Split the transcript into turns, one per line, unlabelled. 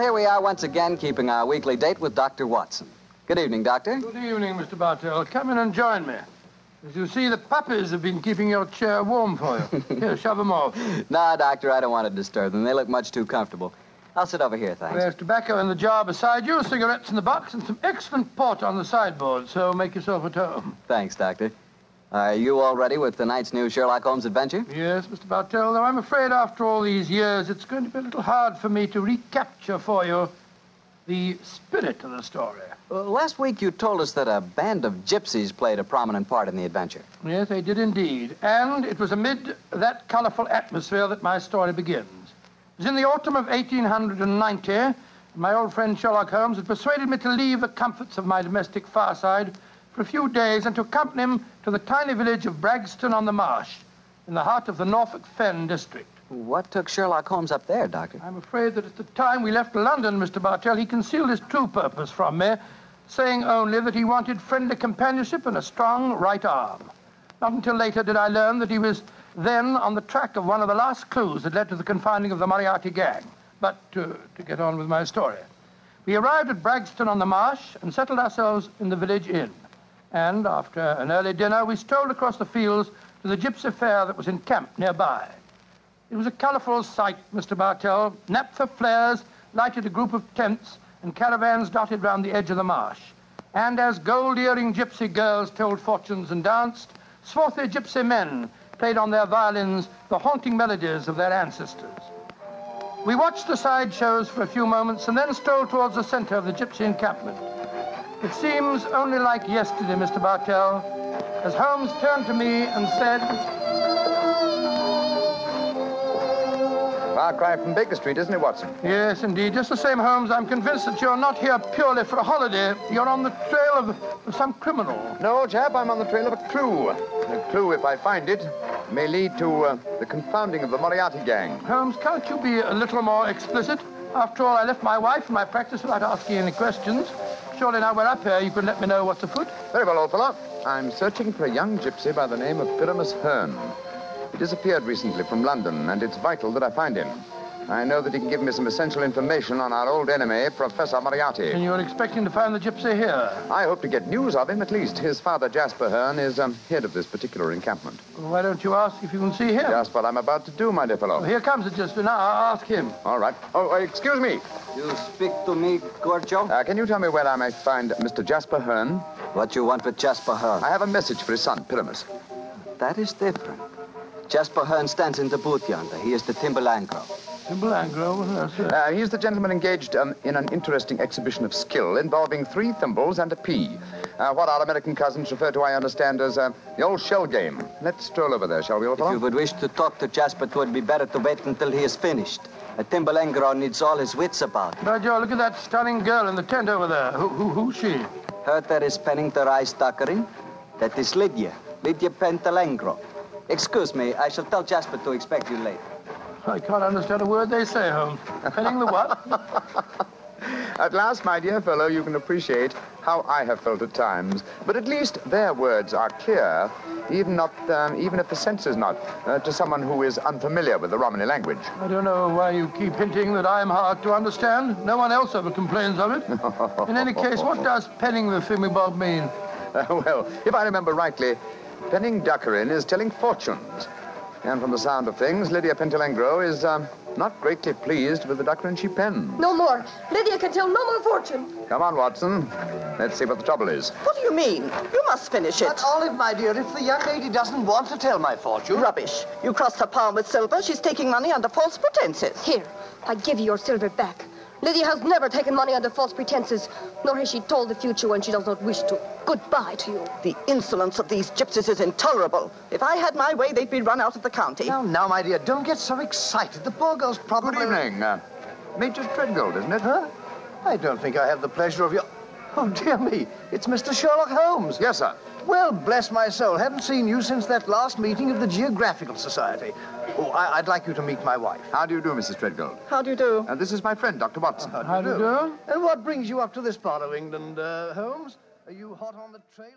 here we are once again keeping our weekly date with Dr. Watson. Good evening, Doctor.
Good evening, Mr. Bartell. Come in and join me. As you see, the puppies have been keeping your chair warm for you. Here, shove them off.
nah, Doctor, I don't want to disturb them. They look much too comfortable. I'll sit over here, thanks.
There's tobacco in the jar beside you, cigarettes in the box, and some excellent port on the sideboard, so make yourself at home.
Thanks, Doctor. Are you all ready with tonight's new Sherlock Holmes adventure?
Yes, Mr. Bartell, though I'm afraid after all these years, it's going to be a little hard for me to recapture for you the spirit of the story.
Well, Uh, last week you told us that a band of gypsies played a prominent part in the adventure.
Yes, they did indeed. And it was amid that colorful atmosphere that my story begins. It was in the autumn of 1890. and My old friend Sherlock Holmes had persuaded me to leave the comforts of my domestic fireside for a few days and to accompany him to the tiny village of Bragston on the Marsh, in the heart of the Norfolk Fen district.
What took Sherlock Holmes up there, Doctor?
I'm afraid that at the time we left London, Mr. Bartell, he concealed his true purpose from me, saying only that he wanted friendly companionship and a strong right arm. Not until later did I learn that he was then on the track of one of the last clues that led to the confining of the Moriarty gang. But uh, to get on with my story. We arrived at Bragston on the Marsh and settled ourselves in the village inn. And after an early dinner, we strolled across the fields to the gypsy fair that was encamped nearby. It was a colourful sight, Mr. Bartell. Naphtha flares lighted a group of tents and caravans dotted round the edge of the marsh. And as gold earring gypsy girls told fortunes and danced, swarthy gypsy men played on their violins the haunting melodies of their ancestors. We watched the sideshows for a few moments and then strolled towards the centre of the gypsy encampment. It seems only like yesterday, Mr. Bartell, as Holmes turned to me and said,
Far cry from Baker Street, isn't it, Watson?
Yes, indeed. Just the same, Holmes, I'm convinced that you're not here purely for a holiday. You're on the trail of, of some criminal.
No, old chap, I'm on the trail of a clue. The clue, if I find it, may lead to uh, the confounding of the Moriarty gang.
Holmes, can't you be a little more explicit? After all, I left my wife and my practice without asking any questions. Surely now we're up here, you can let me know what's afoot.
Very well, old fellow. I'm searching for a young gypsy by the name of Pyramus Hearn. He disappeared recently from London, and it's vital that I find him. I know that he can give me some essential information on our old enemy, Professor Moriarty.
And you're expecting to find the gypsy here.
I hope to get news of him, at least. His father, Jasper Hearn, is um, head of this particular encampment.
Why don't you ask if you can see him?
Just what I'm about to do, my dear fellow.
Here comes the gypsy. Now, I'll ask him.
All right. Oh, uh, excuse me.
You speak to me, Gorcho?
Uh, can you tell me where I may find Mr. Jasper Hearn?
What you want with Jasper Hearn?
I have a message for his son, Pyramus.
That is different. Jasper Hearn stands in the booth yonder. He is the Timberland Club.
Simple Anglo, yes, sir.
Uh, he's the gentleman engaged um, in an interesting exhibition of skill involving three thimbles and a pea. Uh, what our American cousins refer to, I understand, as uh, the old shell game. Let's stroll over there, shall we, old
If you
fellow?
would wish to talk to Jasper, it would be better to wait until he is finished. A Timberlangro needs all his wits about. him.
By Joe, look at that stunning girl in the tent over there. Who, who, who's she?
Her that is Pennington Rice Tuckering. That is Lydia. Lydia Pentalengro. Excuse me, I shall tell Jasper to expect you late.
I can't understand a word they say, Holmes. Penning the what?
At last, my dear fellow, you can appreciate how I have felt at times. But at least their words are clear, even, not, um, even if the sense is not, uh, to someone who is unfamiliar with the Romany language.
I don't know why you keep hinting that I'm hard to understand. No one else ever complains of it. In any case, what does penning the thingamabob mean?
Uh, well, if I remember rightly, Penning Duckerin is telling fortunes. And from the sound of things, Lydia Pentelengro is um, not greatly pleased with the Duckerin she penned.
No more. Lydia can tell no more fortune.
Come on, Watson. Let's see what the trouble is.
What do you mean? You must finish it.
But Olive, my dear, if the young lady doesn't want to tell my fortune,
Rubbish. You crossed her palm with silver. She's taking money under false pretenses.
Here, I give you your silver back. Lydia has never taken money under false pretenses, nor has she told the future when she does not wish to. Goodbye to you.
The insolence of these gypsies is intolerable. If I had my way, they'd be run out of the county.
now, now, my dear, don't get so excited. The poor girl's probably.
Good evening. Uh, Major Treadgold, isn't it?
Huh? I don't think I have the pleasure of your. Oh dear me! It's Mr. Sherlock Holmes.
Yes, sir.
Well, bless my soul, haven't seen you since that last meeting of the Geographical Society. Oh, I, I'd like you to meet my wife.
How do you do, Mrs. Treadgold?
How do you do?
Uh, this is my friend, Dr. Watson.
How do you do?
And what brings you up to this part of England, uh, Holmes? Are you hot on the trail of?